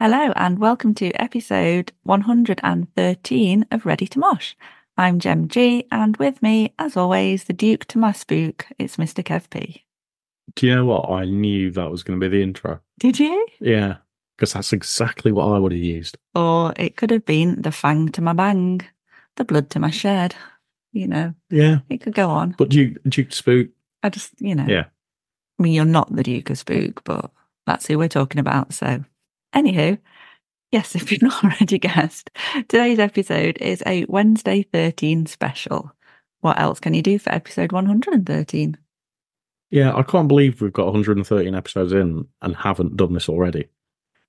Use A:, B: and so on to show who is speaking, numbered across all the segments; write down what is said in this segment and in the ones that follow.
A: Hello, and welcome to episode 113 of Ready to Mosh. I'm Gem G, and with me, as always, the Duke to my spook, it's Mr. Kev P.
B: Do you know what? I knew that was going to be the intro.
A: Did you?
B: Yeah, because that's exactly what I would have used.
A: Or it could have been the fang to my bang, the blood to my shed. You know,
B: Yeah,
A: it could go on.
B: but Duke Duke Spook.
A: I just, you know.
B: Yeah.
A: I mean, you're not the Duke of Spook, but that's who we're talking about. So, anywho, yes, if you've not already guessed, today's episode is a Wednesday 13 special. What else can you do for episode 113?
B: Yeah, I can't believe we've got 113 episodes in and haven't done this already.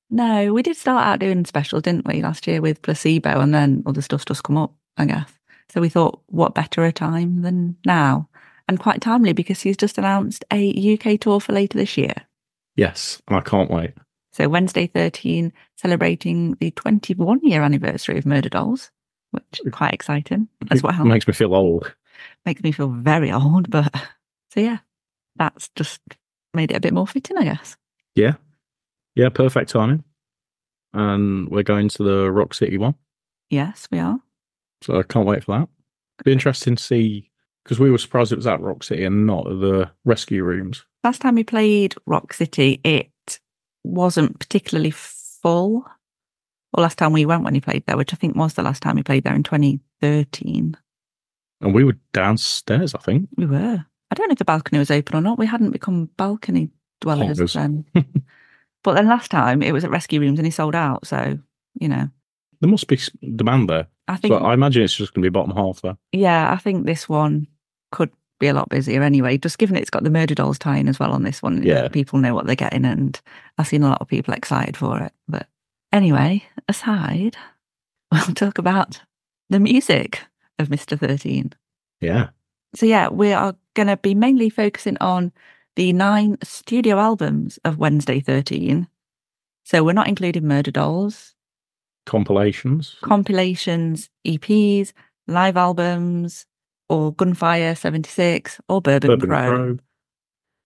A: No, we did start out doing specials, didn't we, last year with placebo, and then other stuff's just come up, I guess. So we thought, what better a time than now? And quite timely because he's just announced a UK tour for later this year.
B: Yes, and I can't wait.
A: So Wednesday 13, celebrating the 21 year anniversary of Murder Dolls, which is quite exciting as
B: It
A: well.
B: makes me feel old.
A: Makes me feel very old, but so yeah, that's just made it a bit more fitting, I guess.
B: Yeah, perfect timing. And we're going to the Rock City one,
A: Yes, we are.
B: so I can't wait for that. Be interesting to see because we were surprised it was at Rock City and not at the rescue rooms.
A: Last time we played Rock City, it wasn't particularly full. Or last time we went when he played there, which I think was the last time we played there in 2013.
B: And we were downstairs, I think.
A: We were. I don't know if the balcony was open or not. We hadn't become balcony dwellers
B: Honkers.
A: then. but then last time it was at rescue rooms and he sold out. So, you know,
B: There must be s- demand there.
A: I think,
B: So I imagine it's just going to be bottom half there.
A: yeah, I think this one could be a lot busier anyway. Just given it's got the murder dolls tie in as well on this one. you know,
B: Yeah.
A: People know what they're getting and I've seen a lot of people excited for it. But anyway, aside, we'll talk about the music of Mr. 13.
B: Yeah.
A: So yeah, we are going to be mainly focusing on the nine studio albums of Wednesday 13. So we're not including Murder Dolls,
B: Compilations.
A: compilations, EPs, live albums, or Gunfire 76 or Bourbon,
B: Urban
A: Crow.
B: Crow.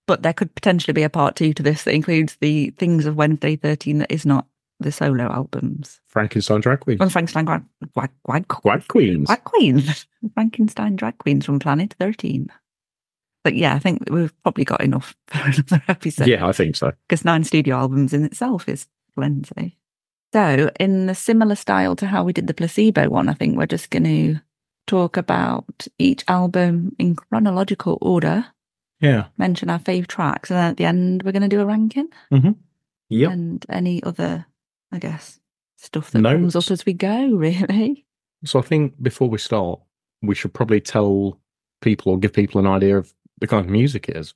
A: But there could potentially be a part two to this that includes the things of Wednesday 13 that is not the solo albums.
B: Frankenstein Drag Queen.
A: On Frankenstein Drag, drag, drag,
B: Quad Queens.
A: Drag queens, Frankenstein drag queens from Planet 13. But yeah, I think we've probably got enough for another episode
B: Yeah, I think so.
A: because nine studio albums in itself is plenty. So, in the similar style to how we did the placebo one, I think we're just going to talk about each album in chronological order,
B: Yeah.
A: mention our fave tracks, and then at the end, we're going to do a ranking
B: Yep.
A: and any other, I guess, stuff that comes
B: Notes.
A: up as we go, really.
B: So I think before we start, we should probably tell people or give people an idea of the kind of music it is.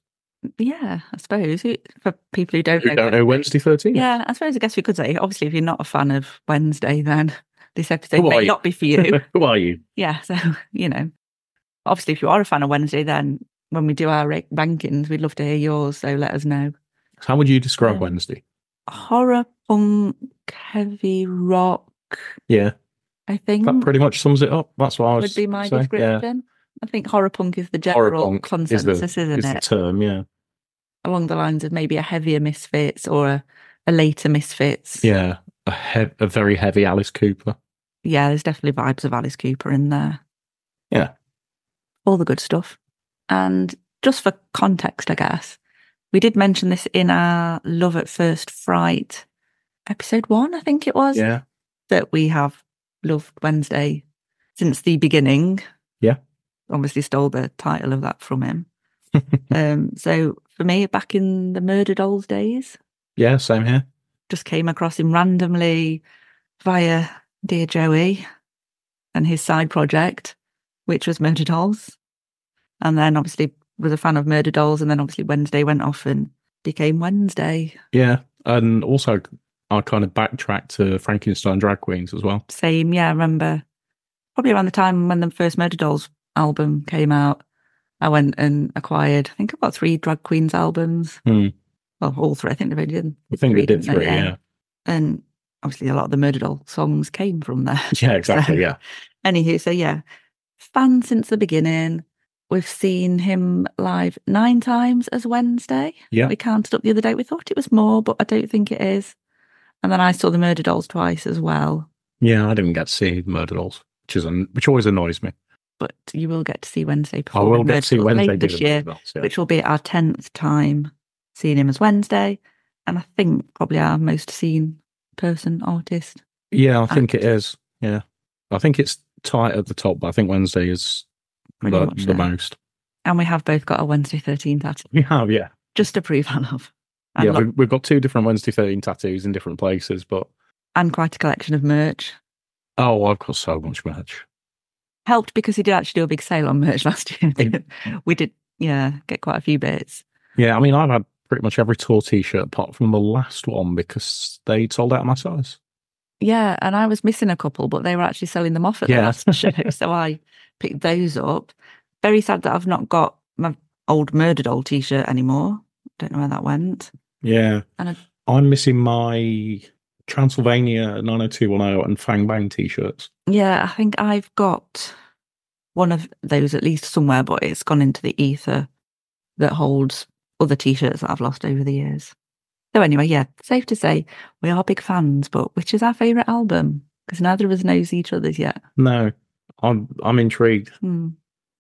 A: Yeah, I suppose who- for people who don't
B: Who
A: know,
B: don't know Wednesday 13?
A: Yeah, I suppose I guess we could say. Obviously, if you're not a fan of Wednesday, then this episode
B: Who are
A: may
B: you?
A: not be for you.
B: Who are you?
A: yeah, so you know, obviously, if you are a fan of Wednesday, then when we do our ra- rankings, we'd love to hear yours. So let us know.
B: How would you describe
A: Yeah.
B: Wednesday?
A: Horror punk, heavy rock.
B: Yeah.
A: I think
B: That pretty much sums it up. That's what I was
A: Mm. would be my
B: say. Yeah.
A: description. I think horror punk is the
B: Horror
A: general
B: punk is the-
A: consensus, isn't
B: It's
A: it?
B: the term, yeah.
A: Along the lines of maybe a heavier Misfits or a, a later Misfits.
B: Yeah. A, he- a very heavy Alice Cooper.
A: yeah, there's definitely vibes of Alice Cooper in there.
B: Yeah.
A: All the good stuff. And just for context, I guess, we did mention this in our Love at First Fright episode one, I think it was,
B: Yeah.
A: that we have loved Wednesday since the beginning.
B: Yeah.
A: Obviously stole the title of that from him. um, so for me, back in the Murder Dolls days,
B: Yeah, same here.
A: just came across him randomly via Dear Joey and his side project, which was Murder Dolls. And then obviously was a fan of Murder Dolls. And then obviously Wednesday went off and became Wednesday.
B: Yeah, and also I kind of backtracked to Frankenstein drag queens as well.
A: Same, yeah, I remember probably around the time when the first Murder Dolls album came out, I went and acquired, I think I got three Drag Queens albums.
B: Hmm.
A: Well, all three. I think they really did.
B: I think we did
A: didn't they?
B: three. Yeah,
A: And obviously a lot of the Murder Doll songs came from there.
B: yeah, exactly. Yeah,
A: Anywho, so yeah, fan since the beginning. We've seen him live nine times as Wednesday.
B: Yeah.
A: We counted up the other day. We thought it was more, but I don't think it is. And then I saw the Murder Dolls twice as well.
B: Yeah, I didn't get to see Murder Dolls, which is an, which always annoys me.
A: But you will get to see Wednesday
B: I
A: perform
B: will
A: at
B: get
A: Murder
B: to see
A: Dolls
B: Wednesday
A: later
B: do
A: this
B: the
A: year,
B: Murder Dolls, yeah.
A: which will be our tenth time seeing him as Wednesday, and I think probably our most seen person artist.
B: Yeah, I think it is. Yeah, I think it's tight at the top, but I think Wednesday is
A: Pretty
B: the,
A: much so.
B: the most.
A: And we have both got our Wednesday thirteenth tattoo,
B: We have, yeah,
A: just to prove our love. And,
B: yeah.
A: lo-
B: we- We've got two different Wednesday thirteen tattoos in different places, but
A: and quite a collection of merch.
B: oh, I've got so much merch.
A: Helped because he did actually do a big sale on merch last year.
B: Mm.
A: we did, yeah, get quite a few bits.
B: Yeah, I mean, I've had pretty much every tour T-shirt apart from the last one because they sold out of my size.
A: Yeah, and I was missing a couple, but they were actually selling them off at
B: Yeah.
A: the last show. So I picked those up. Very sad that I've not got my old murdered old t shirt anymore. Don't know where that went.
B: Yeah,
A: And I-
B: I'm missing my Transylvania 90210 and Fang Bang T-shirts.
A: Yeah, I think I've got one of those at least somewhere, but it's gone into the ether that holds other t shirts that I've lost over the years. So, anyway, yeah, safe to say we are big fans, but which is our favourite album? Because neither of us knows each other's yet.
B: No, I'm I'm intrigued.
A: Hmm.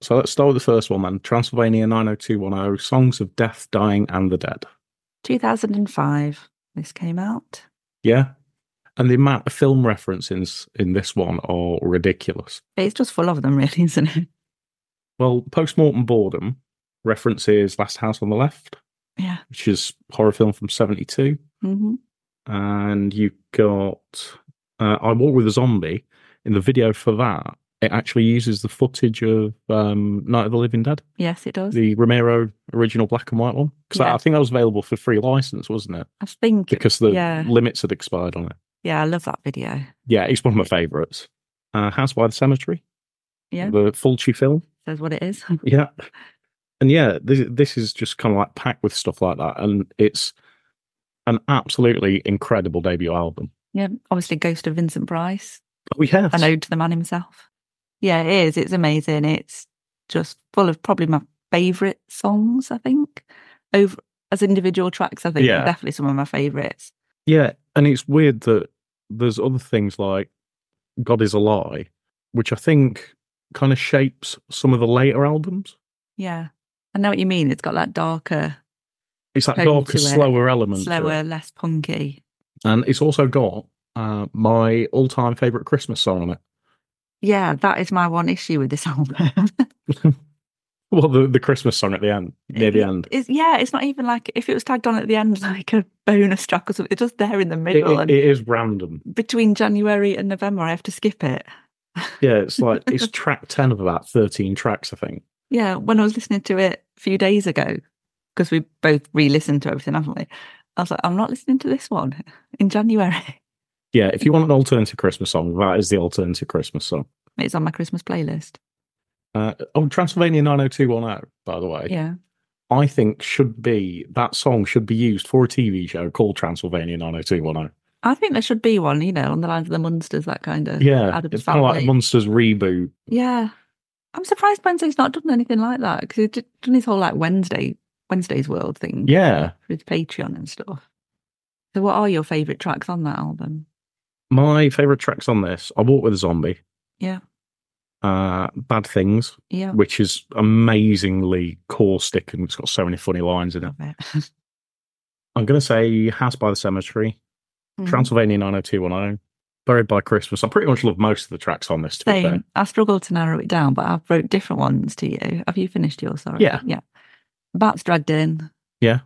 B: So let's start with the first one then. Transylvania 90210, Songs of Death, Dying, and the Dead.
A: 2005, this came out.
B: Yeah. And the amount of film references in this one are ridiculous.
A: It's just full of them, really, isn't it?
B: Well, Postmortem Boredom references Last House on the Left,
A: Yeah.
B: which is a horror film from 72.
A: hmm
B: And you got uh, I Walk with a Zombie. In the video for that, it actually uses the footage of um, Night of the Living Dead,
A: Yes, it does.
B: the Romero original black and white one. Because
A: Yeah.
B: I think that was available for free license, wasn't it?
A: I think.
B: because the
A: yeah.
B: limits had expired on it.
A: Yeah, I love that video.
B: Yeah, it's one of my favourites. Uh, House by the Cemetery.
A: Yeah.
B: The Fulci film.
A: Says what it is.
B: Yeah. And yeah, this, this is just kind of like packed with stuff like that. And it's an absolutely incredible debut album.
A: yeah. Obviously, Ghost of Vincent Price,
B: Oh, yes.
A: an ode to the man himself. Yeah, it is. It's amazing. It's just full of probably my favourite songs, I think. Over as individual tracks, I think they're
B: Yeah.
A: definitely some of my favourites.
B: Yeah. And it's weird that there's other things like God is a Lie, which I think kind of shapes some of the later albums.
A: Yeah. I know what you mean. It's got that darker,
B: It's that
A: Totally
B: darker,
A: to it.
B: slower element. to it.
A: slower, less punky.
B: And it's also got uh, my all time favourite Christmas song on it.
A: Yeah, that is my one issue with this album.
B: Well, the, the Christmas song at the end, near the
A: It-
B: end.
A: It's, yeah, it's not even like if it was tagged on at the end, like a bonus track or something. It's just there in the
B: It-
A: middle.
B: it-
A: and
B: it is random.
A: between January and November, I have to skip it.
B: Yeah, it's like it's track ten of about thirteen tracks, I think.
A: Yeah, when I was listening to it a few days ago, because we both re listened to everything, haven't we? I was like, I'm not listening to this one in January.
B: Yeah, if you want an alternative Christmas song, that is the alternative Christmas song.
A: It's on my Christmas playlist.
B: Uh, oh, Transylvania nine hundred two one zero. By the way,
A: Yeah.
B: I think should be that song should be used for a TV show called Transylvania nine hundred two one oh. zero.
A: I think there should be one, you know, on the lines of the Munsters, that kind of.
B: Yeah,
A: Adam's
B: it's kind of like
A: Family.
B: a Monsters reboot.
A: Yeah. I'm surprised Wednesday's not done anything like that because he's done his whole like Wednesday, Wednesday's World thing.
B: Yeah,
A: with Patreon and stuff. So, what are your favourite tracks on that album?
B: my favorite tracks on this: "I Walk with a Zombie,"
A: Yeah,
B: uh, "Bad Things,"
A: yeah,
B: which is amazingly caustic and it's got so many funny lines in it.
A: love it.
B: I'm going to say House by the Cemetery,
A: Mm-hmm.
B: Transylvania 90210, Buried by Christmas. I pretty much love most of the tracks on this, to be fair.
A: Same. I struggled to narrow it down, but I've wrote different ones to you. Have you finished yours? Sorry.
B: Yeah.
A: yeah. Bats dragged in.
B: Yeah.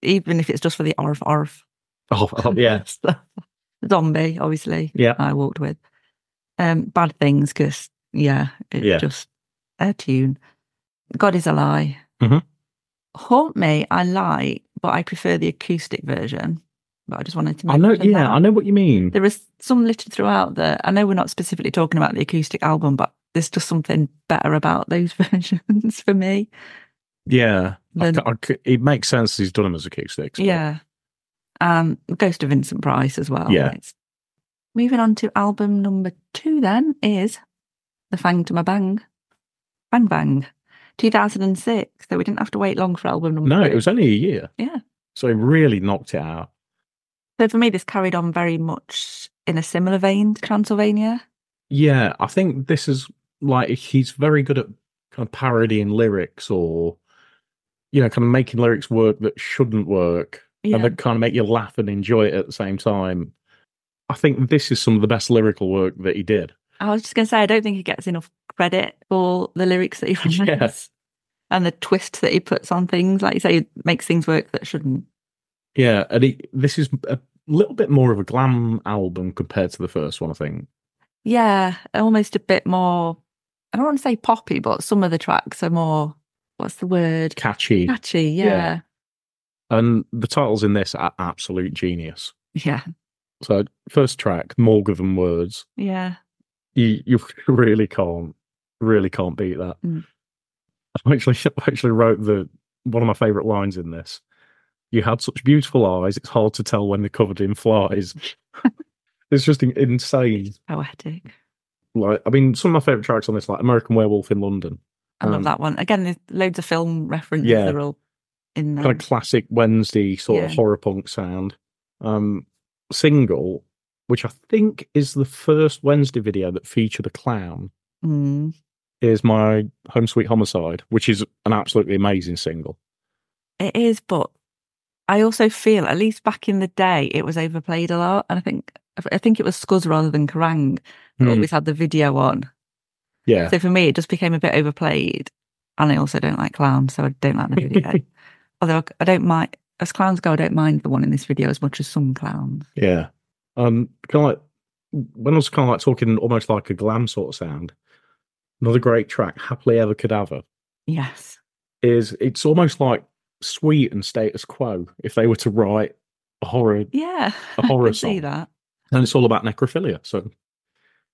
A: even if it's just for the arf arf.
B: Oh, oh, yeah.
A: Zombie, obviously.
B: Yeah.
A: I walked with. Um, bad things because yeah, it's
B: Yeah.
A: just a tune. God is a lie.
B: Mhm.
A: Haunt me, I like, but I prefer the acoustic version. But I just wanted to.
B: I know.
A: mention
B: Yeah,
A: that.
B: I know what you mean.
A: There is some littered throughout there. I know we're not specifically talking about the acoustic album, but there's just something better about those versions for me.
B: Yeah. I
A: Then-
B: ca- I ca- it makes sense he's done them as acoustics. but-
A: Yeah. Um, Ghost of Vincent Price as well.
B: Yeah.
A: It's- Moving on to album number two, then is The Fang to My Bang, Bang Bang, 2006. So we didn't have to wait long for album number
B: No,
A: three.
B: it was only a year.
A: Yeah.
B: So he really knocked it out.
A: So for me, this carried on very much in a similar vein to Transylvania.
B: Yeah, I think this is like he's very good at kind of parodying lyrics or you know, kind of making lyrics work that shouldn't work
A: Yeah.
B: and that kind of make you laugh and enjoy it at the same time. I think this is some of the best lyrical work that he did.
A: I was just going to say, I don't think he gets enough credit for the lyrics that he writes
B: Yeah.
A: and the twist that he puts on things. Like you say, it makes things work that shouldn't.
B: Yeah, and he, this is a little bit more of a glam album compared to the first one, I think.
A: Yeah, almost a bit more. I don't want to say poppy, but some of the tracks are more. What's the word?
B: Catchy.
A: Catchy. Yeah.
B: And the titles in this are absolute genius.
A: Yeah.
B: So, first track, Morgan Than Words.
A: Yeah.
B: You, you really can't, really can't beat that.
A: Mm.
B: I actually, I actually wrote the one of my favourite lines in this. You had such beautiful eyes; it's hard to tell when they're covered in flies. it's just in- insane.
A: Poetic.
B: Like, I mean, some of my favourite tracks on this, like American Werewolf in London,
A: I
B: Um,
A: love that one. Again, there's loads of film references
B: Yeah.
A: that are all in there.
B: kind of classic Wednesday sort of
A: Mm. Yeah.
B: horror punk sound. Um, single, which I think is the first Wednesday video that featured a clown,
A: Mm.
B: is my Home Sweet Homicide, which is an absolutely amazing single.
A: It is, but I also feel, at least back in the day, it was overplayed a lot. And I think I think it was Scuzz rather than Kerrang that
B: Mm.
A: always had the video on.
B: Yeah,
A: So for me, it just became a bit overplayed. And I also don't like clowns, so I don't like the video. Although I- I don't mind, as clowns go, I don't mind the one in this video as much as some clowns.
B: yeah. Um, kind of like when I was kind of like talking almost like a glam sort of sound. Another great track, Happily Ever Cadaver,
A: Yes.
B: is it's almost like Sweet and Status Quo if they were to write a horror,
A: Yeah.
B: a horror
A: I see
B: song.
A: that.
B: and it's all about necrophilia. So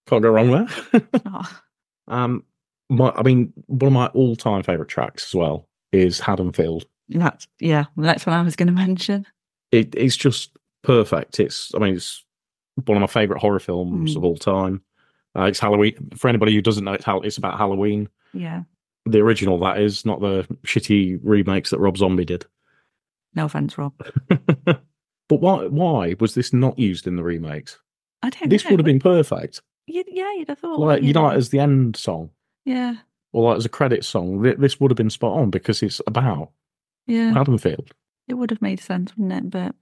B: can't go wrong there.
A: Oh,
B: um, my, I mean, one of my all-time favorite tracks as well is Haddonfield.
A: that's, yeah, that's what I was going to mention.
B: It, it's just perfect. It's, I mean, it's one of my favorite horror films
A: Mm.
B: of all time. Uh, it's Halloween. For anybody who doesn't know, it's, Hall- it's about Halloween.
A: Yeah.
B: The original, that is, not the shitty remakes that Rob Zombie did.
A: No offense, Rob.
B: but why? Why was this not used in the remakes?
A: I don't
B: This
A: know.
B: would have been perfect.
A: You'd, yeah, you'd have thought.
B: Like
A: wouldn't
B: you
A: you?
B: know, like as the end song.
A: Yeah.
B: or like as a credit song, th- this would have been spot on because it's about
A: Yeah.
B: Haddonfield.
A: It would have made sense, wouldn't it? But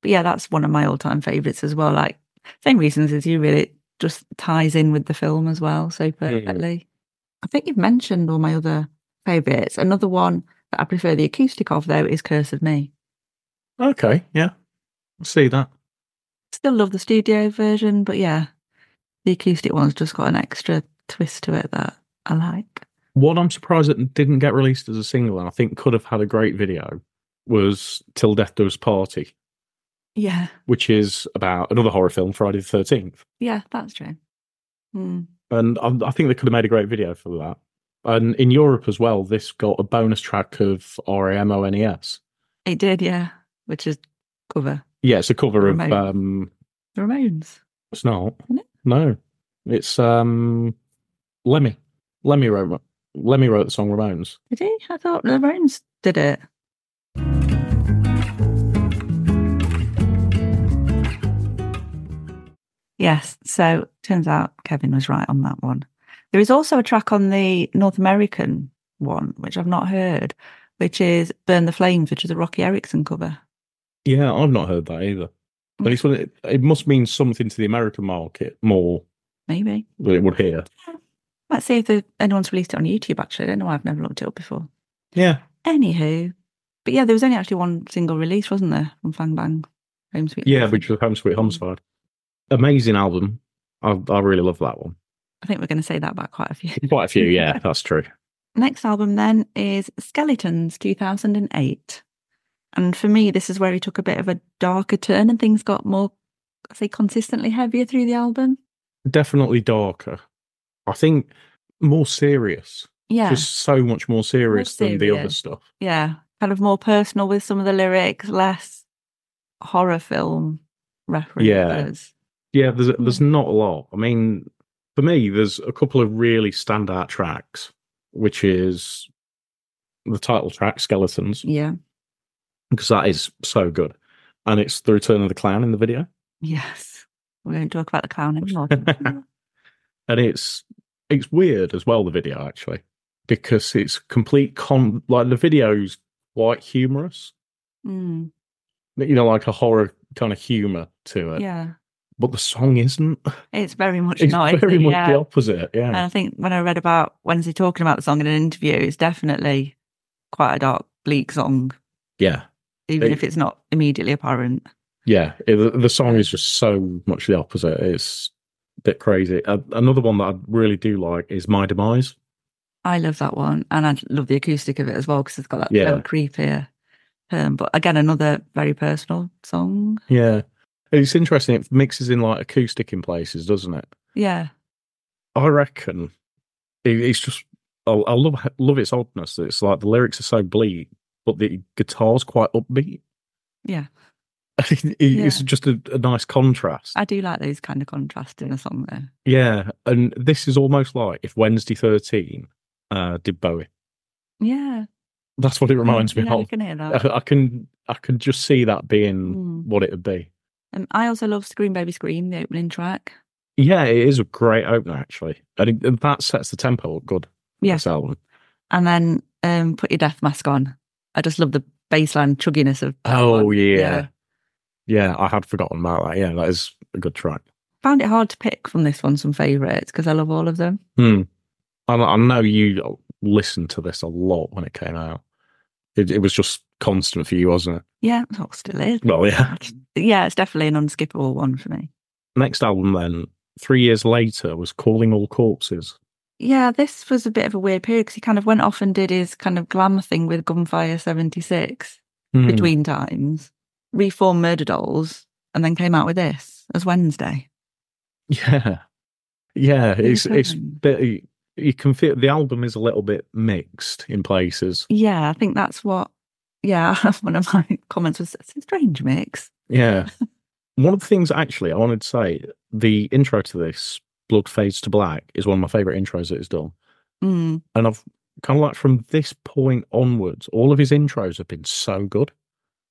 A: but yeah, that's one of my all time favourites as well. Like same reasons as you really it just ties in with the film as well so perfectly. I think you've mentioned all my other favourites. Another one that I prefer the acoustic of though is Curse of Me.
B: Okay, yeah, I see that.
A: Still love the studio version, but yeah, the acoustic one's just got an extra twist to it that I like.
B: What I'm surprised it didn't get released as a single, and I think could have had a great video, was "Till Death Does Party,"
A: Yeah.
B: which is about another horror film, Friday the Thirteenth,
A: Yeah, that's true. Mm.
B: and I, I think they could have made a great video for that. And in Europe as well, this got a bonus track of RAMONES.
A: It did, yeah. Which is cover.
B: Yeah, it's a cover of
A: Remote.
B: um,
A: The Ramones.
B: It's not.
A: Isn't it?
B: No, it's um Lemmy. Lemmy wrote Lemmy wrote the song Ramones.
A: Did he? I thought the Ramones did it. Yes, so turns out Kevin was right on that one. There is also a track on the North American one, which I've not heard, which is Burn the Flames, which is a Rocky Erickson cover.
B: Yeah, I've not heard that either. But it's one- it, it must mean something to the American market more
A: Maybe.
B: than it would here.
A: Let's see if the, anyone's released it on YouTube, actually. I don't know why I've never looked it up before.
B: Yeah.
A: Anywho, but yeah, there was only actually one single release, wasn't there, from Fang Bang, Home Sweet
B: Yeah,
A: Home?
B: which was Home Sweet Homicide. Amazing album. I, I really love that one.
A: I think we're going to say that about quite a few.
B: Quite a few, yeah, that's true.
A: Next album then is Skeletons 2008. And for me, this is where he took a bit of a darker turn and things got more, I say, consistently heavier through the album.
B: Definitely darker. I think more serious.
A: Yeah.
B: Just so much more serious than the other
A: serious.
B: stuff.
A: yeah. Kind of more personal with some of the lyrics, less horror film references.
B: Yeah, there's there's
A: Mm.
B: not a lot. I mean, for me, there's a couple of really standout tracks, which is the title track "Skeletons"
A: Yeah.
B: because that is so good, and it's the return of the clown in the video.
A: Yes. We won't talk about the clown anymore. can
B: and it's it's weird as well the video actually because it's complete con like the video's quite humorous
A: we? mm,
B: you know like a horror kind of humor to it
A: yeah.
B: but the song isn't
A: It's very much
B: it's
A: not. is
B: very
A: it?
B: much
A: yeah. Uh.
B: the opposite
A: And
B: yeah
A: I think when I read about Wednesday talking about the song in an interview, it's definitely quite a dark, bleak song,
B: yeah
A: even
B: It-
A: if it's not immediately apparent.
B: yeah it- the, the song is just so much the opposite it's a bit crazy uh, another one that i really do like is my demise
A: I love that one, and I love the acoustic of it as well because it's got that
B: Yeah.
A: little creepier. Um, but again, another very personal song.
B: yeah it's interesting it mixes in like acoustic in places doesn't it
A: Yeah,
B: I reckon it, it's just I, I love love its oddness. that It's like the lyrics are so bleak, but the guitar's quite upbeat.
A: Yeah.
B: It- It's just a, a nice contrast.
A: I do like those kind of contrasts in a song, though.
B: yeah, and this is almost like if Wednesday Thirteen uh, did Bowie.
A: Yeah,
B: That's what it reminds me
A: yeah, You
B: of.
A: can hear that.
B: I, I can I can just see that being
A: Mm.
B: what it would be.
A: Um, I also love "Scream Baby Scream," the opening track.
B: Yeah, it is a great opener actually, and, it, and that sets the tempo up good. for
A: Yeah.
B: this album.
A: and then um, put your death mask on. I just love the baseline chugginess of. that
B: Oh
A: one.
B: yeah. yeah, I had forgotten about that. Yeah, that is a good track.
A: Found it hard to pick from this one some favourites because I love all of them.
B: Hmm. I, I know you listened to this a lot when it came out. It, it was just constant for you, wasn't it?
A: Yeah, well, still is.
B: Well, yeah.
A: Yeah, it's definitely an unskippable one for me.
B: Next album, then, three years later, was Calling All Corpses.
A: Yeah, this was a bit of a weird period because he kind of went off and did his kind of glam thing with Gunfire 76
B: Hmm.
A: between times, reformed Murder Dolls, and then came out with this as Wednesday.
B: Yeah. Yeah. It's,
A: Really
B: it's,
A: fun.
B: bit, you, can feel the album is a little bit mixed in places.
A: Yeah, I think that's what, yeah, one of my comments was it's a strange mix.
B: Yeah. one of the things, actually, I wanted to say the intro to this, Blood Fades to Black, is one of my favorite intros that it's done.
A: Mm,
B: and I've kind of like from this point onwards, all of his intros have been so good.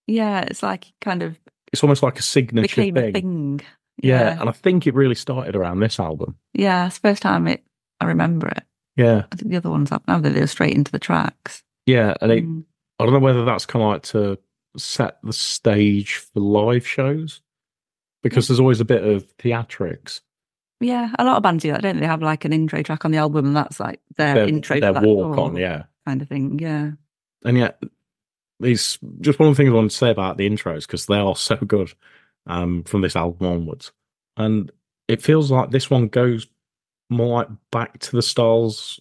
A: yeah, it's like he kind of
B: It's almost like a signature
A: became a
B: thing.
A: thing.
B: Yeah.
A: yeah.
B: and I think it really started around this album.
A: Yeah, it's the first time it, I remember it.
B: Yeah,
A: I think the other ones up now that they were straight into the tracks.
B: yeah, and it,
A: Mm.
B: I don't know whether that's kind of like to set the stage for live shows because there's always a bit of theatrics.
A: Yeah, a lot of bands do that, don't they? They have like an intro track on the album, and that's like their,
B: Their,
A: intro,
B: their
A: for that
B: walk
A: tour
B: on, yeah,
A: kind of thing. Yeah,
B: and yet these just one of the things I want to say about the intros because they are so good um, from this album onwards, and it feels like this one goes more like back to the styles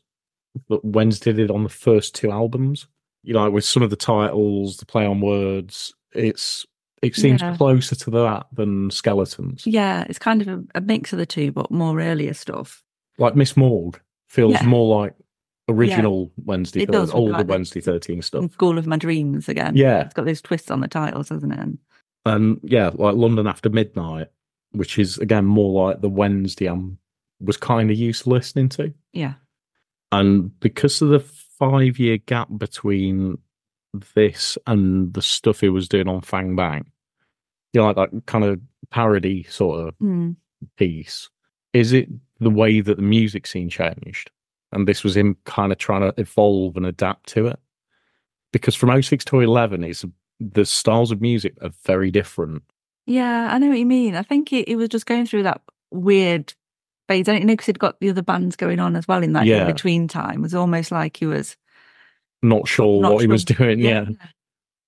B: that Wednesday did on the first two albums. You know, with some of the titles, the play on words, it's it seems
A: Yeah.
B: closer to that than Skeletons.
A: yeah, it's kind of a, a mix of the two, but more earlier stuff.
B: Like Miss Morg feels
A: Yeah.
B: more like original Wednesday,
A: It
B: thir-
A: does, with
B: all the
A: like the-
B: Wednesday Thirteen stuff.
A: And School of My Dreams again.
B: Yeah.
A: it's got those twists on the titles, hasn't it? And
B: and yeah, like London After Midnight, which is again more like the Wednesday I was kind of used to listening to.
A: yeah,
B: And because of the five year gap between this and the stuff he was doing on Fang Bang, you know, like that kind of parody sort of
A: Mm.
B: piece, is it the way that the music scene changed? And this was him kind of trying to evolve and adapt to it? Because from 06 to 11, it's the styles of music are very different.
A: yeah, I know what you mean. I think it, it was just going through that weird phase, don't you know? Because he'd got the other bands going on as well in that
B: Yeah.
A: in between time. It was almost like he was
B: not sure
A: Not
B: what he
A: sure. Mm-hmm.
B: was doing. Yeah.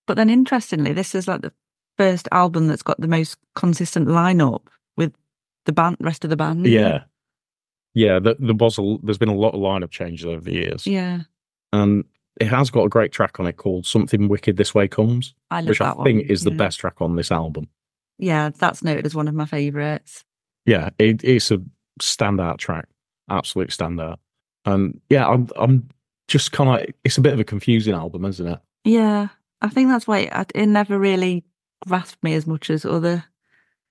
A: But then interestingly, this is like the first album that's got the most consistent lineup with the band rest of the band.
B: Yeah. Yeah. There, there was a, there's been a lot of lineup changes over the years.
A: Yeah.
B: And it has got a great track on it called Something Wicked This Way Comes,
A: I love
B: which I
A: that one. Mm-hmm.
B: think is the
A: yeah.
B: best track on this album.
A: Yeah, that's noted as one of my favourites.
B: Yeah. It, it's a standout track, absolute standout. And yeah, I'm, I'm just kind of, it's a bit of a confusing album, isn't it?
A: Mm-hmm. Yeah. I think that's why it, it never really grasped me as much as other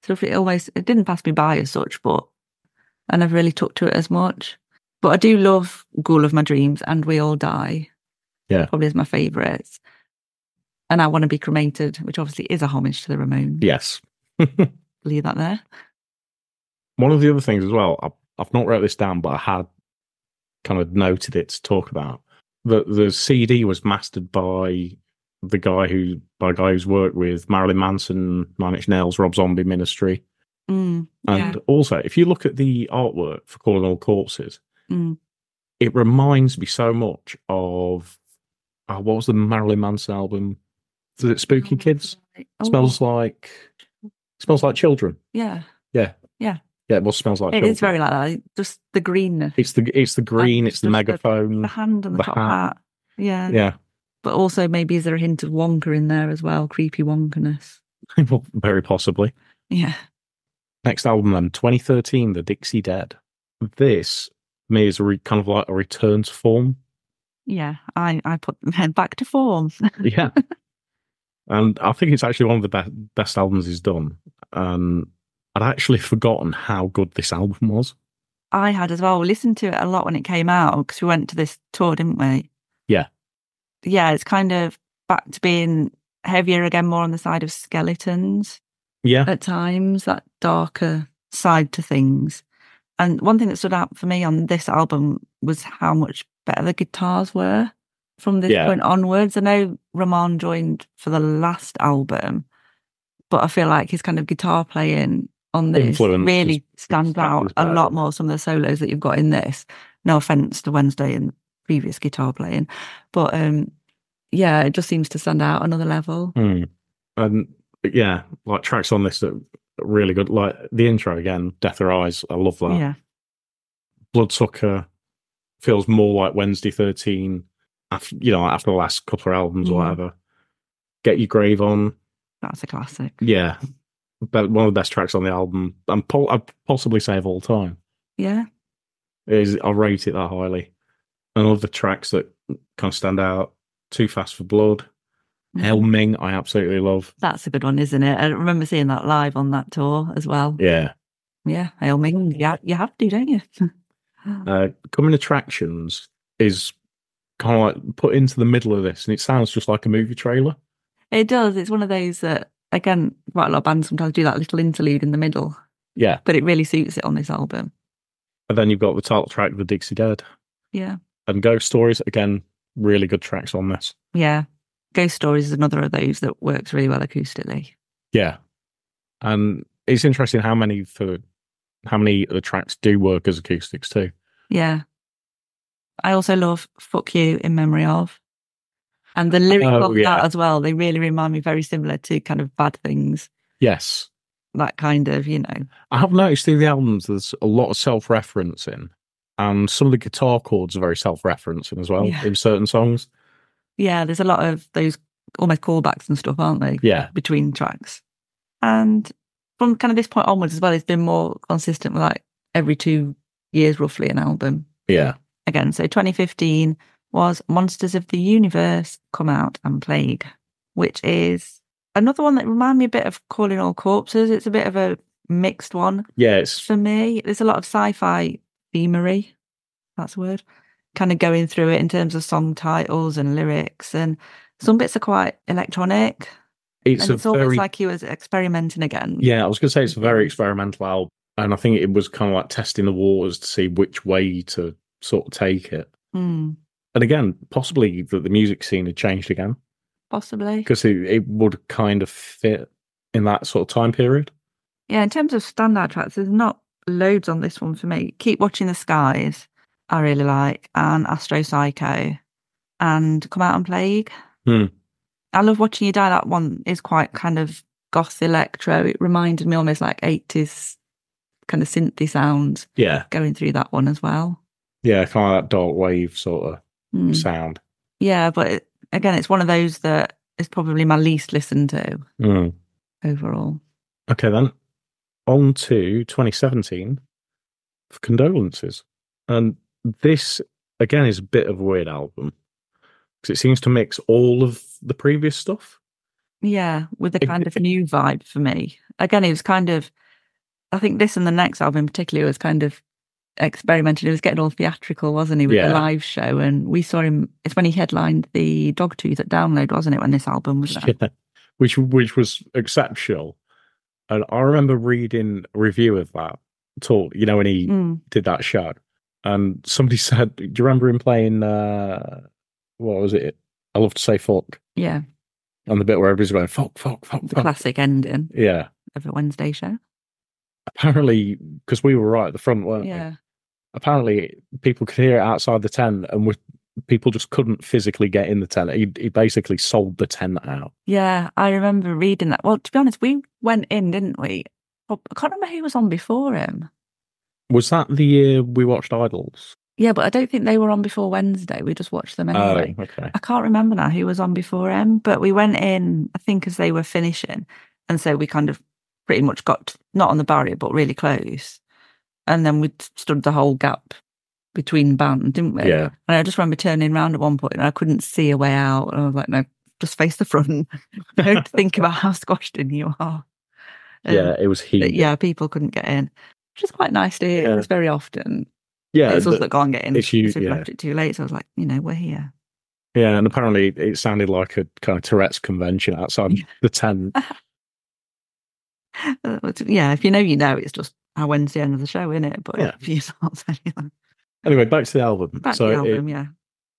A: stuff. It always it didn't pass me by as such, but I never really took to it as much. But I do love Ghoul of My Dreams and We All Die.
B: Yeah.
A: Probably is my favourites. and I want to be cremated, which obviously is a homage to the Ramones.
B: Yes.
A: Leave that there.
B: One of the other things as well, I, I've not wrote this down, but I had kind of noted it to talk about. The the CD was mastered by the guy who by a guy who's worked with Marilyn Manson, Nine Inch Nails, Rob Zombie Ministry,
A: Mm,
B: and also if you look at the artwork for Calling All Corpses,
A: yeah. Mm.
B: it reminds me so much of oh, what was the Marilyn Manson album? Is it Spooky Kids?
A: Oh,
B: Smells like smells like children.
A: Yeah.
B: Yeah, it was smells like
A: It
B: children.
A: is very like that. Just the greenness,
B: It's the it's the green, it's the
A: Just the-
B: megaphone.
A: the hand and the,
B: Mm. The
A: top
B: hat.
A: hat. Yeah.
B: yeah,
A: But also maybe is there a hint of Wonka in there as well? Creepy Wonkiness.
B: Well, very possibly.
A: Yeah.
B: Next album then, 2013, The Dixie Dead. This for me is a re- kind of like a return to form.
A: Yeah. I, I put back to form.
B: Yeah, and I think it's actually one of the best best albums he's done. Um, I'd actually forgotten how good this album was.
A: I had as well. We listened to it a lot when it came out because we went to this tour, didn't we?
B: Yeah.
A: Yeah, it's kind of back to being heavier again, more on the side of skeletons
B: Yeah,
A: at times, that darker side to things. And one thing that stood out for me on this album was how much better the guitars were from this
B: Yeah.
A: point onwards. I know Ramon joined for the last album, but I feel like his kind of guitar playing on this
B: Influence is-
A: really stands
B: that
A: out
B: was
A: a
B: better.
A: lot more some of the solos that you've got in this. No offense to Wednesday and previous guitar playing, but um, yeah, it just seems to stand out another level.
B: Hmm. and yeah, like tracks on this that are really good. Like the intro again, Death or Eyes. I love that.
A: Yeah,
B: Bloodsucker feels more like Wednesday 13 after you know after the last couple of albums
A: Mm.
B: or whatever. Get Your Grave On,
A: that's a classic.
B: yeah, but one of the best tracks on the album, and po- I'd possibly say of all time.
A: Yeah,
B: It Is I rate it that highly. And other tracks that kind of stand out: Too Fast for Blood, Helming, I absolutely love.
A: that's a good one, isn't it? I remember seeing that live on that tour as well.
B: Yeah,
A: Yeah, Hail Ming. Yeah, you have to, don't you?
B: uh, Coming Attractions is kind of like put into the middle of this, and it sounds just like a movie trailer.
A: it does. It's one of those that again, quite a lot of bands sometimes do that little interlude in the middle,
B: Yeah,
A: but it really suits it on this album.
B: and then you've got the title track, The Dixie Dead.
A: Yeah.
B: and Ghost Stories. Again, really good tracks on this.
A: Yeah. Ghost Stories is another of those that works really well acoustically.
B: Yeah, and it's interesting how many for how many of the tracks do work as acoustics too.
A: Yeah. I also love Fuck You in Memory of. And the lyrics
B: Oh,
A: of
B: yeah.
A: that as well, they really remind me very similar to kind of bad things,
B: Yes,
A: that kind of, you know.
B: I have noticed through the albums there's a lot of self-referencing, and some of the guitar chords are very self-referencing as well
A: Yeah.
B: in certain songs.
A: Yeah, there's a lot of those almost callbacks and stuff, aren't they?
B: Yeah,
A: between tracks. And from kind of this point onwards as well, it's been more consistent with like every two years, roughly, an album
B: yeah,
A: again. So 2015 was Monsters of the Universe Come Out and Plague, which is another one that reminded me a bit of Calling All Corpses. It's a bit of a mixed one
B: yeah. It's
A: for me. There's a lot of sci fi themery, that's a word, kind of going through it in terms of song titles and lyrics. And some bits are quite electronic,
B: it's
A: and
B: a
A: it's almost
B: very
A: like he was experimenting again.
B: yeah. I was gonna say it's a very experimental album, and I think it was kind of like testing the waters to see which way to sort of take it.
A: Mm,
B: and again, possibly that the music scene had changed again
A: possibly.
B: because it, it would kind of fit in that sort of time period.
A: Yeah, in terms of standout tracks, there's not loads on this one for me. Keep Watching the Skies, I really like, and Astro Psycho, and Come Out and Plague.
B: Hmm.
A: I love Watching You Die. That one is quite kind of goth electro. It reminded me almost like 80s kind of synthy sounds
B: Yeah,
A: going through that one as well.
B: yeah, kind of that dark wave sort of
A: Mm.
B: sound.
A: Yeah, but it, again, it's one of those that is probably my least listened to
B: Mm.
A: overall.
B: Okay, then on to 2017 for condolences, and this again is a bit of a weird album because it seems to mix all of the previous stuff.
A: Yeah, with a
B: Ag-
A: kind of new vibe for me. Again, it was kind of, I think this and the next album particularly was kind of experimented. He was getting all theatrical, wasn't he, with
B: Yeah.
A: the live show? And we saw him. It's when he headlined the Dogtooth at Download, wasn't it? When this album was out?
B: Yeah. Which which was exceptional. And I remember reading a review of that talk, you know, when he
A: Mm.
B: did that show. And somebody said, Do you remember him playing uh what was it? I love to say fuck.
A: yeah,
B: And the bit where everybody's going, fuck, fuck, fuck,
A: the
B: fuck.
A: classic ending
B: Yeah.
A: of a Wednesday show.
B: Apparently, because we were right at the front, weren't we?
A: Yeah,
B: apparently people could hear it outside the tent and with people just couldn't physically get in the tent he, he basically sold the tent out
A: yeah. I remember reading that. Well, to be honest, we went in, didn't we? Oh, I can't remember who was on before him.
B: was that the year we watched idols
A: Yeah, but I don't think they were on before Wednesday. We just watched them anyway.
B: oh okay
A: I can't remember now who was on before him, but we went in, I think, as they were finishing. And so we kind of pretty much got not on the barrier, but really close. And then we stood the whole gap between band, didn't we?
B: yeah
A: And I just remember turning around at one point and I couldn't see a way out. And I was like, no, just face the front. Don't think about how squashed in you are. Um,
B: yeah it was he
A: But yeah, people couldn't get in, which is quite nice to hear.
B: Yeah.
A: It's very often.
B: yeah
A: it's us
B: the-
A: that can't get in.
B: it's you-
A: so we
B: yeah.
A: left it too late. So I was like, you know, we're here.
B: yeah and apparently it sounded like a kind of tourette's convention outside the tent
A: Uh, it's- yeah, if you know, you know. It's just our Wednesday end of the show, isn't it? But
B: Yeah.
A: if you not anything,
B: anyway back to the album
A: back
B: so
A: to the
B: it-
A: album, yeah,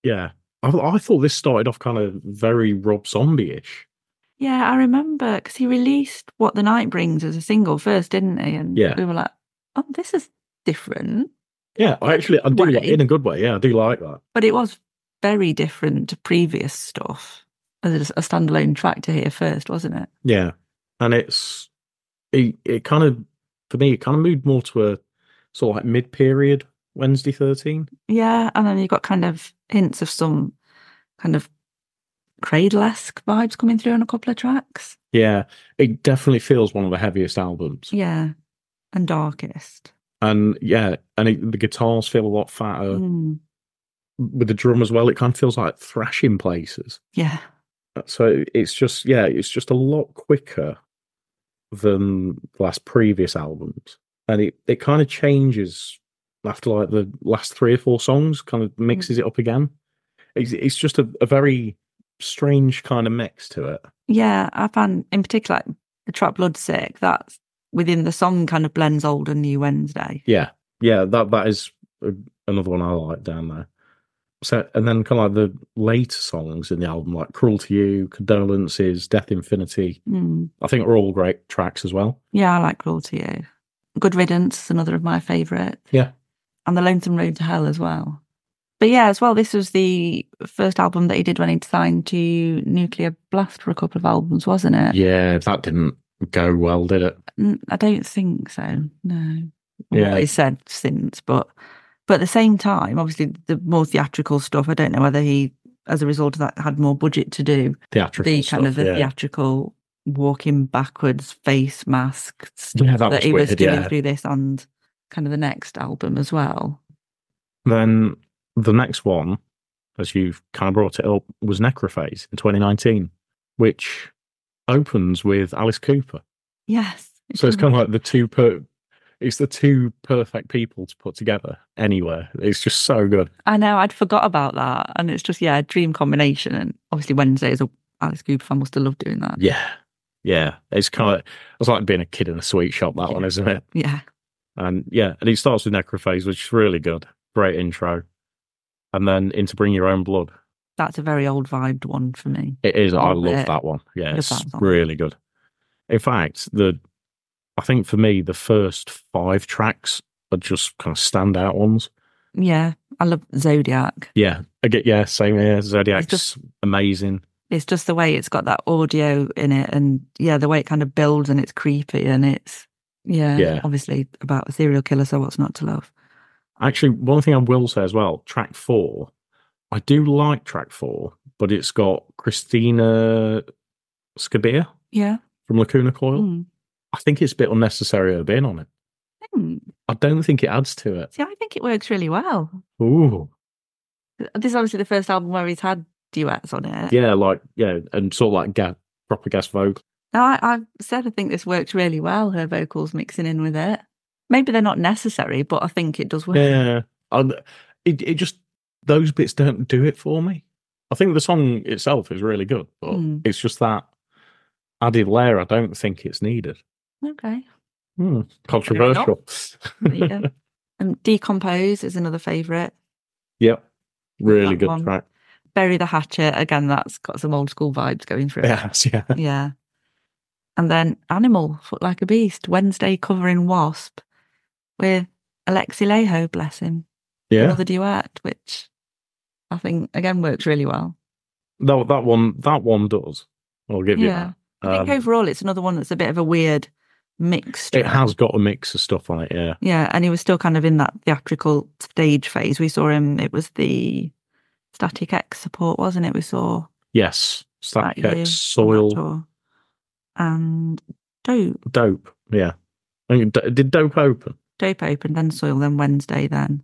B: yeah I, I thought this started off kind of very rob zombie-ish
A: yeah. I remember because he released "What the Night Brings" as a single first, didn't he? And
B: Yeah.
A: we were like, "Oh, this is different,"
B: yeah i actually i do
A: Way.
B: like, in a good way yeah i do like that
A: but it was very different to previous stuff as a standalone track to hear first, wasn't it?
B: Yeah, and it's it it kind of for me it kind of moved more to a sort of like mid period Wednesday thirteen.
A: Yeah, and then you got kind of hints of some kind of cradle-esque vibes coming through on a couple of tracks.
B: Yeah, it definitely feels one of the heaviest albums,
A: Yeah, and darkest.
B: and yeah, and it, the guitars feel a lot fatter
A: Mm,
B: with the drum as well. It kind of feels like thrashing places.
A: yeah.
B: So it's just yeah, it's just a lot quicker than the last previous albums, and it it kind of changes after like the last three or four songs, kind of mixes it up again. It's it's just a, a very strange kind of mix to it.
A: Yeah, I found in particular like, the track Bloodsick, that's within the song kind of blends old and new Wednesday.
B: Yeah, yeah, that that is a- another one I like down there. So and then kind of like the later songs in the album, like "Cruel to You," "Condolences," "Death Infinity,"
A: Mm.
B: I think are all great tracks as well.
A: Yeah, I like Cruel to You. Good Riddance is another of my favourites.
B: Yeah.
A: And The Lonesome Road to Hell as well. But yeah, as well, this was the first album that he did when he'd signed to Nuclear Blast for a couple of albums, wasn't it?
B: Yeah, that didn't go well, did it?
A: Mm, I don't think so. No. From
B: Yeah.
A: What he said since, but but at the same time, obviously the more theatrical stuff. I don't know whether he, as a result of that, had more budget to do
B: Theatrical
A: the
B: stuff,
A: kind of the
B: yeah.
A: theatrical walking backwards face mask stuff
B: yeah, that,
A: that
B: was
A: he
B: weird.
A: was doing
B: yeah.
A: through this and kind of the next album as well.
B: Then the next one, as you've kind of brought it up, was Necrophase in 2019, which opens with Alice Cooper.
A: Yes.
B: So it's kind of like the two per, it's the two perfect people to put together anywhere. It's just so good.
A: I know I'd forgot about that, and it's just yeah, a dream combination. And obviously Wednesday is a Alice Cooper fan must have loved doing that.
B: Yeah, yeah. It's kind of it's like being a kid in a sweet shop. That
A: Yeah.
B: one, isn't it?
A: Yeah.
B: And yeah, and it starts with Necrophase, which is really good. Great intro, and then into Bring Your Own Blood.
A: That's a very old vibed one for me.
B: It is. I
A: Love
B: love
A: it.
B: that one. Yeah,
A: Love
B: it's
A: that song.
B: really good. In fact, the I think for me the first five tracks are just kind of standout ones.
A: Yeah, I love Zodiac.
B: Yeah, I get. Yeah, same here. Zodiac's
A: just-
B: amazing.
A: It's just the way it's got that audio in it, and yeah, the way it kind of builds and it's creepy and it's yeah,
B: Yeah.
A: obviously about a serial killer, so what's not to love?
B: Actually, one thing I will say as well, track four, I do like track four, but it's got Christina Scabia
A: Yeah,
B: from Lacuna Coil.
A: Mm.
B: I think it's a bit unnecessary her being on it.
A: Hmm.
B: I don't think it adds to it.
A: see, I think it works really well.
B: Ooh,
A: This is obviously the first album where he's had duets on it.
B: yeah, like yeah, and sort of like ga- proper gas vocal.
A: Now, I, I said I think this worked really well. Her vocals mixing in with it. Maybe they're not necessary, but I think it does work.
B: Yeah, and it it just those bits don't do it for me. I think the song itself is really good, but
A: Hmm.
B: it's just that added layer. I don't think it's needed.
A: Okay.
B: Hmm, Controversial.
A: There you go. um, Decompose is another favourite.
B: yep, really
A: That
B: good
A: one.
B: track.
A: Bury the Hatchet. Again, that's got some old school vibes going through it.
B: Yes, yeah.
A: Yeah. And then Animal, Foot Like a Beast, Wednesday covering Wasp with Alexi Leho, bless him.
B: Yeah,
A: Another duet, which I think again works really well.
B: that that one that one does. I'll give you
A: Yeah.
B: that.
A: I think
B: Um,
A: overall it's another one that's a bit of a weird mixture.
B: it has got a mix of stuff on it. Yeah,
A: Yeah, and he was still kind of in that theatrical stage phase. We saw him, it was the Static X support, wasn't it? We saw
B: yes,
A: that
B: Static
A: year on that
B: X, Soil,
A: tour. and Dope.
B: Dope. Yeah, I think D- did Dope open?
A: Dope open, then Soil, then Wednesday, then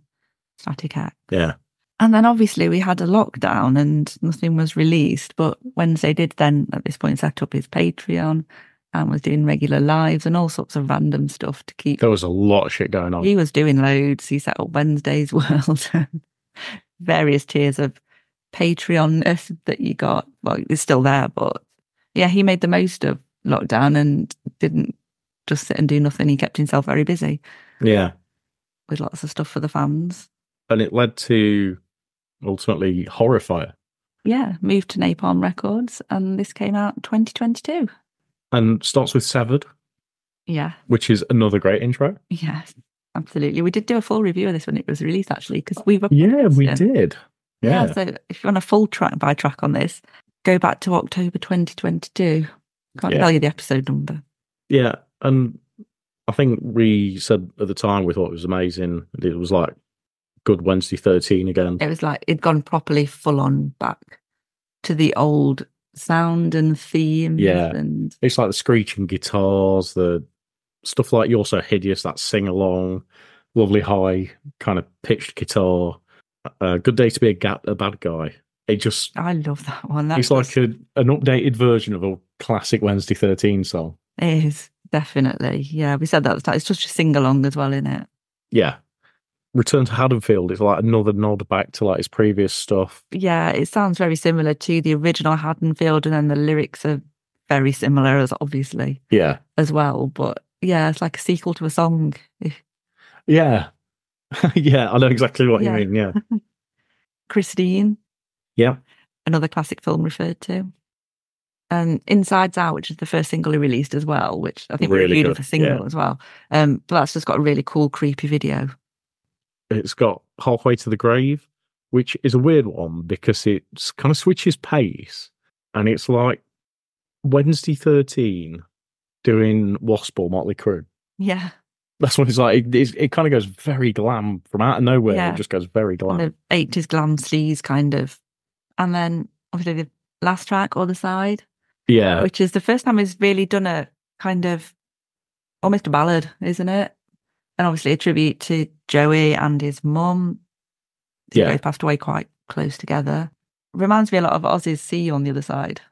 A: Static X.
B: Yeah,
A: And then obviously we had a lockdown and nothing was released. But Wednesday did then at this point set up his Patreon and was doing regular lives and all sorts of random stuff to keep.
B: there was a lot of shit going on.
A: He was doing loads. He set up Wednesday's World and various tiers of Patreonness that you got. Well, it's still there, but yeah, he made the most of lockdown and didn't just sit and do nothing. He kept himself very busy
B: Yeah,
A: with lots of stuff for the fans.
B: and it led to ultimately horrifier
A: yeah, moved to Napalm Records, and this came out 2022.
B: and starts with severed
A: Yeah,
B: which is another great intro
A: yes, absolutely. We did do a full review of this when it was released, actually, because we were
B: yeah we
A: Yeah.
B: did yeah,
A: So if you want a full track by track on this, go back to October 2022. Can't
B: Yeah.
A: tell you the episode number.
B: yeah and i think we said at the time we thought it was amazing it was like good wednesday 13 again
A: It was like it'd gone properly full on back to the old sound and themes.
B: Yeah.
A: and
B: it's like the screeching guitars the stuff like you're so hideous that sing along lovely high kind of pitched guitar uh, good day to be a, ga- a bad guy it just
A: I love that one. That's
B: it's like a, an updated version of a classic Wednesday 13 song.
A: it is definitely yeah. We said that at the time. It's just a sing along as well, isn't it?
B: Yeah. Return to Haddonfield is like another nod back to like his previous stuff.
A: yeah, it sounds very similar to the original Haddonfield, and then the lyrics are very similar as obviously
B: Yeah.
A: as well. But yeah, it's like a sequel to a song. If
B: Yeah. yeah, I know exactly what
A: Yeah.
B: you mean. Yeah.
A: Christine,
B: Yeah.
A: another classic film referred to, and Inside's Out, which is the first single he released as well, which I think we
B: Really
A: reviewed
B: good,
A: it for single as well. Um, but that's just got a really cool, creepy video.
B: It's got Halfway to the Grave, which is a weird one because it's kind of switches pace and it's like Wednesday 13 doing Wasp or Motley Crue.
A: Yeah,
B: That's what it's like. It, it, it kind of goes very glam from out of nowhere.
A: Yeah.
B: It just goes very glam.
A: kind of eighties glam sleaze kind of, and then obviously the last track, Other Side.
B: yeah.
A: which is the first time he's really done a kind of almost a ballad, isn't it? And obviously a tribute to Joey and his mum. They
B: Yeah.
A: both passed away quite close together. Reminds me a lot of Ozzy's "See You on the Other Side."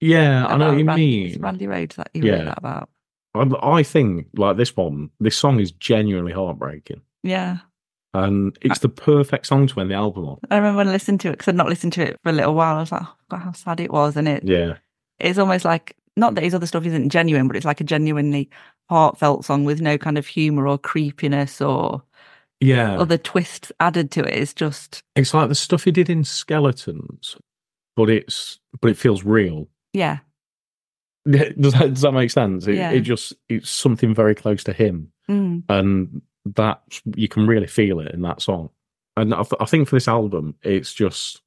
B: Yeah, I know
A: About
B: what you
A: Randy, it's
B: mean.
A: Randy Rhodes that you
B: Yeah.
A: wrote that about.
B: I, I think like this one, this song is genuinely heartbreaking,
A: Yeah,
B: and it's the perfect song to end the album on.
A: I remember when I listened to it because I'd not listened to it for a little while. I was like, oh, God, how sad it was, and it
B: Yeah,
A: it's almost like not that his other stuff isn't genuine, but it's like a genuinely heartfelt song with no kind of humor or creepiness or
B: yeah.
A: other twists added to it. It's just
B: It's like the stuff he did in Skeletons, but it's but it feels real.
A: yeah,
B: Does that, does that make sense? It,
A: Yeah.
B: it just it's something very close to him,
A: mm,
B: and that you can really feel it in that song. And I, th- I think for this album, it's just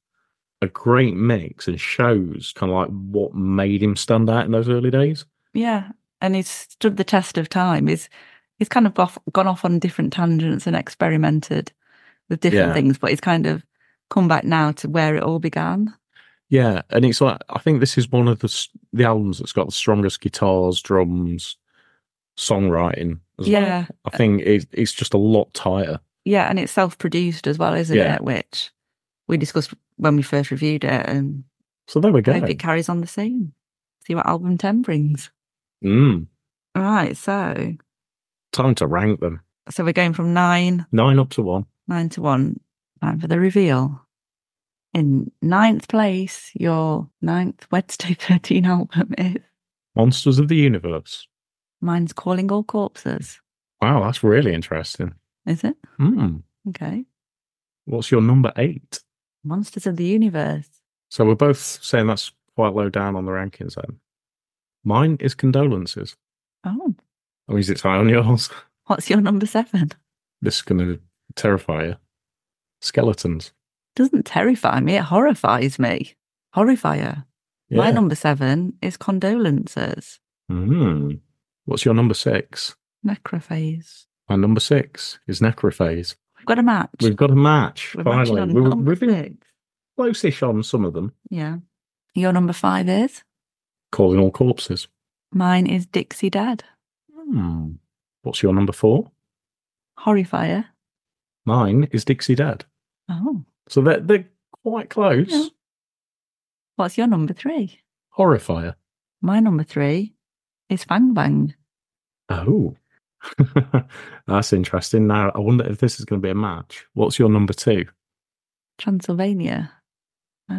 B: a great mix and shows kind of like what made him stand out in those early days.
A: yeah. And he's stood the test of time. He's he's kind of off, gone off on different tangents and experimented with different
B: Yeah.
A: things, but he's kind of come back now to where it all began.
B: Yeah, and it's like I think this is one of the s- the albums that's got the strongest guitars, drums, songwriting. as well.
A: Yeah,
B: I think it, it's just a lot tighter.
A: yeah, and it's self-produced as well, isn't
B: Yeah.
A: it? Which we discussed when we first reviewed it, and
B: So there we go.
A: hope it carries on the same. See what album ten brings.
B: Mm,
A: Right, so
B: time to rank them.
A: So we're going from nine,
B: Nine up to one.
A: nine to one. Time for the reveal. In ninth place, your ninth Wednesday 13 album is
B: Monsters of the Universe.
A: Mine's Calling All Corpses.
B: Wow, that's really interesting.
A: Is it?
B: Hmm.
A: Okay.
B: What's your number eight?
A: Monsters of the Universe.
B: So we're both saying that's quite low down on the rankings then. Mine is condolences.
A: Oh,
B: I mean, it's high on yours.
A: what's your number seven?
B: This is going to terrify you. Skeletons.
A: Doesn't terrify me, it horrifies me. Horrifier. My number seven is Condolences.
B: Hmm. What's your number six?
A: Necrophase.
B: My number six is necrophase.
A: We've got a match.
B: We've got a match
A: We're matching
B: finally.
A: on
B: We were,
A: number
B: we've been
A: six.
B: close-ish on some of them.
A: Yeah. Your number five is?
B: Calling all corpses.
A: Mine is Dixie Dad.
B: Hmm. What's your number four?
A: Horrifier.
B: Mine is Dixie Dad.
A: Oh.
B: So they're they're quite close.
A: Yeah. What's your number three?
B: Horrifier.
A: My number three is Fang Bang.
B: Oh. That's interesting. Now I wonder if this is going to be a match. What's your number two?
A: Transylvania.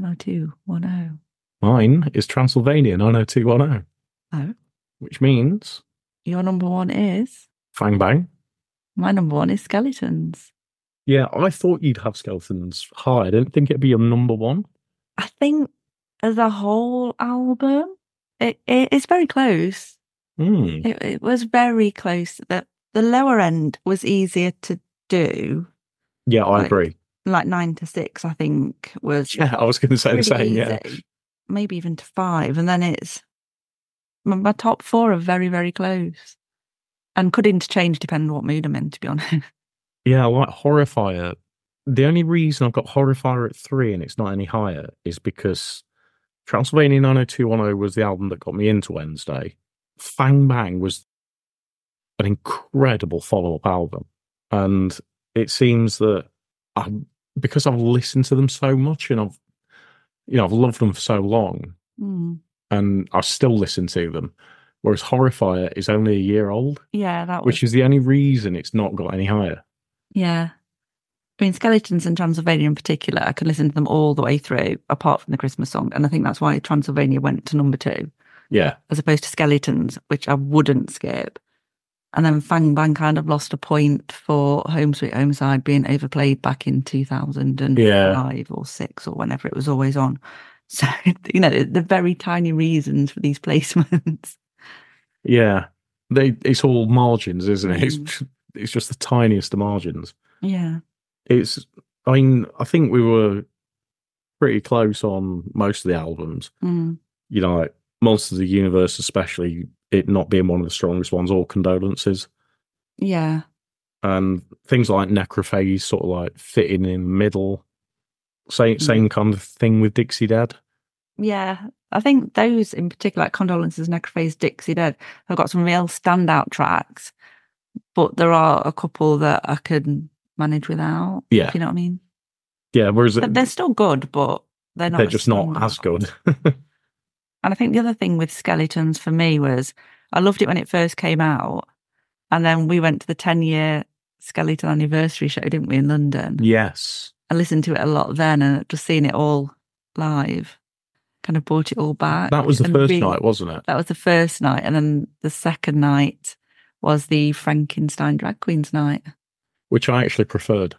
A: 90210.
B: Mine is Transylvania 90210,
A: Oh.
B: which means
A: Your number one is?
B: Fang Bang.
A: My number one is Skeletons.
B: Yeah, I thought you'd have skeletons high. I didn't think it'd be your number one.
A: I think as a whole album, it, it it's very close.
B: Hmm.
A: It, it was very close. The the lower end was easier to do,
B: Yeah, I
A: Like-
B: agree.
A: like nine to six. I think was
B: Yeah, I was going to say the
A: really
B: same. Yeah.
A: easy, maybe even to five, and then it's my, my top four are very very close, and could interchange depending on what mood I'm in. To be honest,
B: Yeah, I like Horrifier. The only reason I've got Horrifier at three and it's not any higher is because Transylvania 90210 was the album that got me into Wednesday. Fang Bang was an incredible follow up album. And it seems that I, because I've listened to them so much and I've, you know, I've loved them for so long
A: Mm.
B: and I still listen to them. Whereas Horrifier is only a year old,
A: yeah, that was
B: which is the only reason it's not got any higher.
A: yeah. I mean, Skeletons and Transylvania in particular, I could listen to them all the way through, apart from the Christmas song, and I think that's why Transylvania went to number two.
B: Yeah.
A: as opposed to skeletons, which I wouldn't skip. And then Fang Bang kind of lost a point for Home Sweet Home Side being overplayed back in 2005 or six or whenever it was always on. So, you know, the very tiny reasons for these placements.
B: Yeah, they it's all margins, isn't it?
A: Mm.
B: It's it's just the tiniest of margins.
A: Yeah.
B: It's I mean I think we were pretty close on most of the albums.
A: Mm.
B: You know, like Monsters of the Universe, especially it not being one of the strongest ones, or condolences
A: Yeah.
B: and things like Necrophage, sort of like fitting in the middle. Same
A: Mm.
B: same kind of thing with Dixie Dad.
A: Yeah. I think those in particular, like Condolences, Necrophase, Dixie Dead, have got some real standout tracks, but there are a couple that I could manage without.
B: Yeah,
A: If you know what I mean?
B: yeah. Whereas
A: But they're still good, but they're not.
B: they're
A: as
B: just not
A: standout.
B: as good.
A: And I think the other thing with skeletons for me was I loved it when it first came out, and then we went to the ten-year skeleton anniversary show, didn't we, in London?
B: yes.
A: I listened to it a lot then, and just seeing it all live kind of brought it all back.
B: That was the
A: and
B: first
A: re-
B: night, wasn't it?
A: That was the first night, and then the second night was the Frankenstein drag queens night.
B: Which I actually preferred.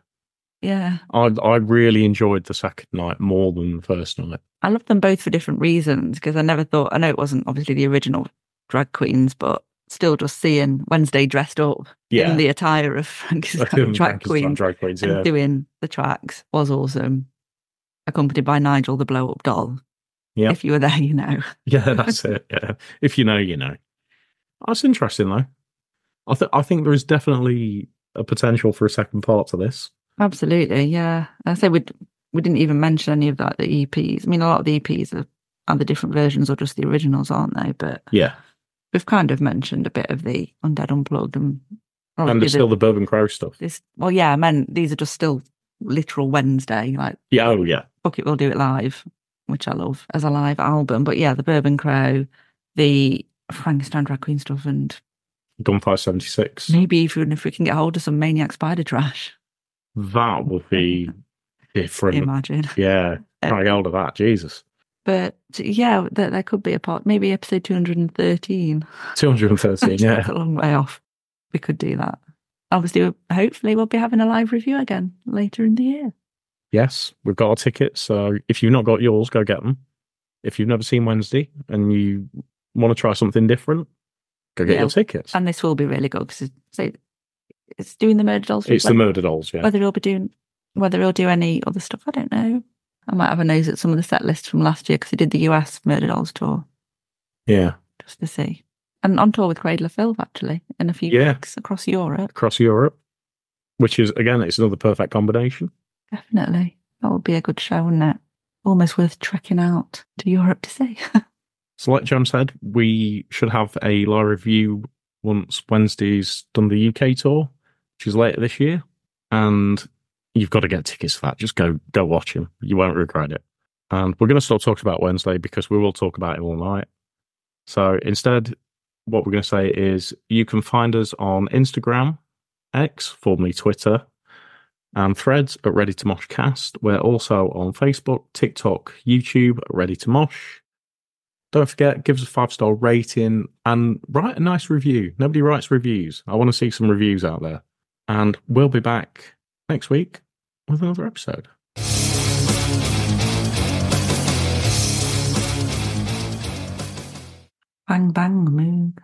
A: Yeah.
B: I I really enjoyed the second night more than the first night.
A: I love them both for different reasons because I never thought, I know it wasn't obviously the original drag queens, but still just seeing Wednesday dressed up in the attire of Frankenstein drag queen
B: Drag queens.
A: and
B: Yeah,
A: doing the tracks was awesome. Accompanied by Nigel the blow up doll.
B: Yep.
A: If you were there, you know.
B: yeah, that's it. Yeah, if you know, you know. That's interesting though. I th- I think there is definitely a potential for a second part to this.
A: Absolutely. Yeah. I say we, we didn't even mention any of that, the EPs. I mean, a lot of the EPs are, are the different versions or just the originals, aren't they? But
B: Yeah,
A: we've kind of mentioned a bit of the Undead Unplugged and
B: and
A: obviously
B: there's still the Bourbon Crow stuff.
A: this well yeah i meant these are just still literal wednesday like
B: Yeah, oh yeah,
A: fuck it we'll do it live which i love as a live album but yeah the bourbon crow the frankenstein drag queen stuff and
B: Gunfire 76.
A: Maybe even if we can get hold of some maniac spider trash.
B: That would be different.
A: Imagine.
B: Yeah,
A: Uh,
B: try and get hold of that. Jesus.
A: But yeah, there, there could be a part. Maybe episode 213.
B: 213, yeah.
A: That's a long way off. We could do that. Obviously, we'll- hopefully, we'll be having a live review again later in the year.
B: Yes, we've got our tickets. So if you've not got yours, go get them. If you've never seen Wednesday and you want to try something different, go get
A: Yeah.
B: your tickets.
A: And this will be really good because it's, it's doing the murder dolls.
B: It's the
A: whether-
B: Murder Dolls, yeah.
A: Whether he'll be doing, whether he'll do any other stuff, I don't know. I might have a nose at some of the set lists from last year because he did the US Murder Dolls tour
B: Yeah,
A: just to see. And on tour with Cradle of Filth, actually, in a few
B: Yeah.
A: weeks across Europe.
B: across Europe, which is, again, it's another perfect combination.
A: Definitely. That would be a good show, wouldn't it? Almost worth trekking out to Europe to see.
B: So, like Jam said, we should have a live review once Wednesday's done the UK tour, which is later this year. And you've got to get tickets for that. Just go go watch him. You won't regret it. And we're going to stop talking about Wednesday because we will talk about it all night. So instead, what we're going to say is you can find us on Instagram, X, formerly Twitter, and threads at Ready to Mosh Cast. We're also on Facebook, TikTok, YouTube, at Ready to Mosh. Don't forget, give us a five star rating and write a nice review. Nobody writes reviews. I want to see some reviews out there. And we'll be back next week with another episode.
A: bang, bang, moon.